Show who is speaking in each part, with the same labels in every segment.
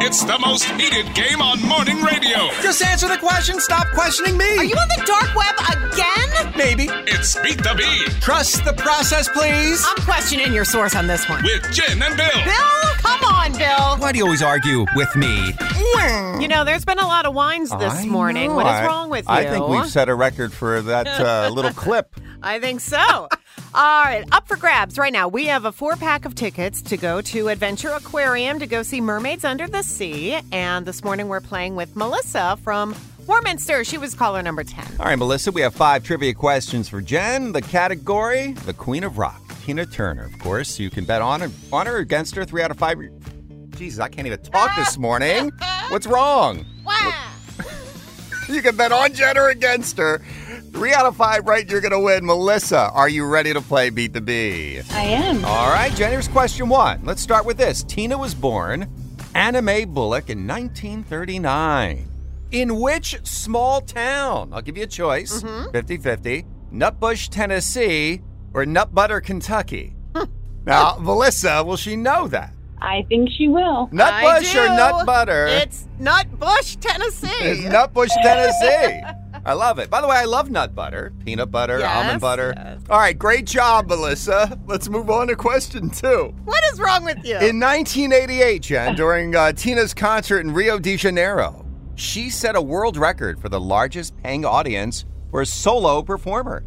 Speaker 1: It's the most heated game on morning radio.
Speaker 2: Just answer the question. Stop questioning me.
Speaker 3: Are you on the dark web again?
Speaker 2: Maybe.
Speaker 1: It's Beat the Bee
Speaker 2: Trust the process, please.
Speaker 3: I'm questioning your source on this one.
Speaker 1: with Jen and Bill.
Speaker 3: Bill, come on, Bill.
Speaker 2: Why do you always argue with me?
Speaker 3: You know, there's been a lot of wines this
Speaker 4: I
Speaker 3: morning.
Speaker 4: know.
Speaker 3: What is
Speaker 4: I-
Speaker 3: wrong with you?
Speaker 4: I think we've set a record for that uh, little clip.
Speaker 3: I think so. All right, up for grabs right now. We have a four pack of tickets to go to Adventure Aquarium to go see Mermaids Under the Sea. And this morning we're playing with Melissa from Warminster. She was caller number 10.
Speaker 4: All right, Melissa, we have five trivia questions for Jen. The category, the Queen of Rock, Tina Turner, of course. You can bet on her, on her against her. Three out of five. Jesus, I can't even talk this morning. What's wrong? You can bet on Jen or against her. Three out of five, right? You're going to win. Melissa, are you ready to play Beat the Bee?
Speaker 5: I am.
Speaker 4: All right, Jen, here's question one. Let's start with this. Tina was born Anna Mae Bullock in 1939. In which small town? I'll give you a choice
Speaker 3: Mm-hmm.
Speaker 4: 50 50, Nutbush, Tennessee, or Nutbutter, Kentucky. now, Melissa, will she know that?
Speaker 5: I think she will.
Speaker 3: I
Speaker 4: Nutbush or
Speaker 3: do.
Speaker 4: Nutbutter?
Speaker 3: It's Nut Bush, Tennessee.
Speaker 4: It's Nutbush, Tennessee. I love it. By the way, I love nut butter, peanut butter,
Speaker 3: Yes,
Speaker 4: almond butter.
Speaker 3: yes.
Speaker 4: All right, great job, Melissa. Let's move on to question two.
Speaker 3: What is wrong with you?
Speaker 4: In 1988, Jen, during uh, Tina's concert in Rio de Janeiro, she set a world record for the largest paying audience for a solo performer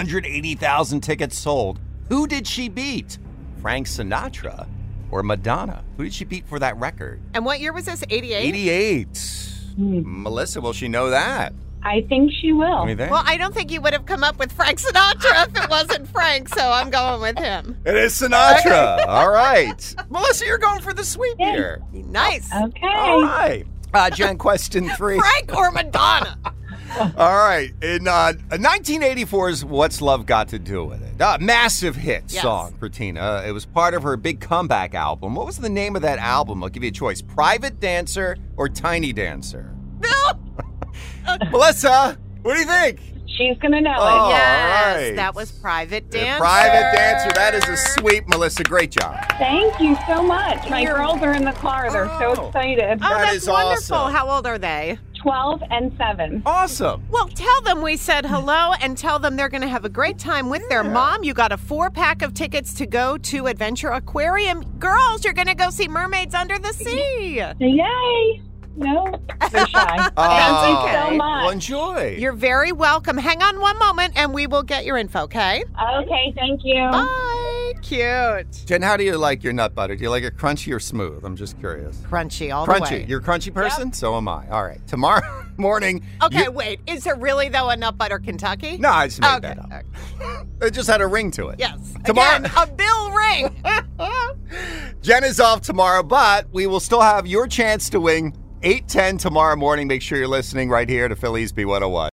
Speaker 4: 180,000 tickets sold. Who did she beat? Frank Sinatra or Madonna? Who did she beat for that record?
Speaker 3: and what year was this? 88?
Speaker 4: 88. Melissa, will she know that?
Speaker 5: I think she will.
Speaker 4: What do you think?
Speaker 3: Well, I don't think you would have come up with Frank Sinatra if it wasn't Frank, so I'm going with him.
Speaker 4: It is Sinatra. All right. Melissa, you're going for the sweep here.
Speaker 3: Nice.
Speaker 5: Oh, Okay.
Speaker 4: All right. Uh, Jen, question three.
Speaker 3: Frank or Madonna?
Speaker 4: All right. In uh, 1984's What's Love Got to Do with It? A massive hit
Speaker 3: Yes.
Speaker 4: song for Tina. Uh, It was part of her big comeback album. What was the name of that album? I'll give you a choice Private Dancer or Tiny Dancer?
Speaker 3: Bill?
Speaker 4: Melissa, what do you think?
Speaker 5: She's going to know
Speaker 4: Oh,
Speaker 5: it.
Speaker 3: yes,
Speaker 4: right.
Speaker 3: that was Private Dancer.
Speaker 4: Private Dancer. That is a sweep, Melissa. Great job.
Speaker 5: Thank you so much. My
Speaker 3: You're-
Speaker 5: girls are in the car. They're
Speaker 4: Oh.
Speaker 5: so excited.
Speaker 3: Oh,
Speaker 4: That
Speaker 3: that's
Speaker 4: is
Speaker 3: wonderful.
Speaker 4: awesome.
Speaker 3: How old are they?
Speaker 5: 12 and 7.
Speaker 4: Awesome.
Speaker 3: Well, tell them we said hello and tell them they're going to have a great time with their mom. You got a four pack of tickets to go to Adventure Aquarium. Girls, you're going to go see Mermaids Under the Sea.
Speaker 5: Yay. No, they're shy.
Speaker 4: Oh,
Speaker 5: Thank you so much.
Speaker 4: Well, enjoy.
Speaker 3: You're very welcome. Hang on one moment and we will get your info, okay?
Speaker 5: Okay, thank you.
Speaker 3: Bye. Cute.
Speaker 4: Jen, how do you like your nut butter? Do you like it crunchy or smooth? I'm just curious.
Speaker 3: Crunchy all the way.
Speaker 4: Crunchy. You're a crunchy person? So am I. All right. Tomorrow morning.
Speaker 3: Okay,
Speaker 4: you-
Speaker 3: wait. Is there really though a nut butter Kentucky?
Speaker 4: no, I just made
Speaker 3: Okay.
Speaker 4: that up. It just had a ring to it.
Speaker 3: Yes.
Speaker 4: Tomorrow-
Speaker 3: Again, a bill ring.
Speaker 4: Jen is off tomorrow, but we will still have your chance to win 810 tomorrow morning. Make sure you're listening right here to Phillies B101.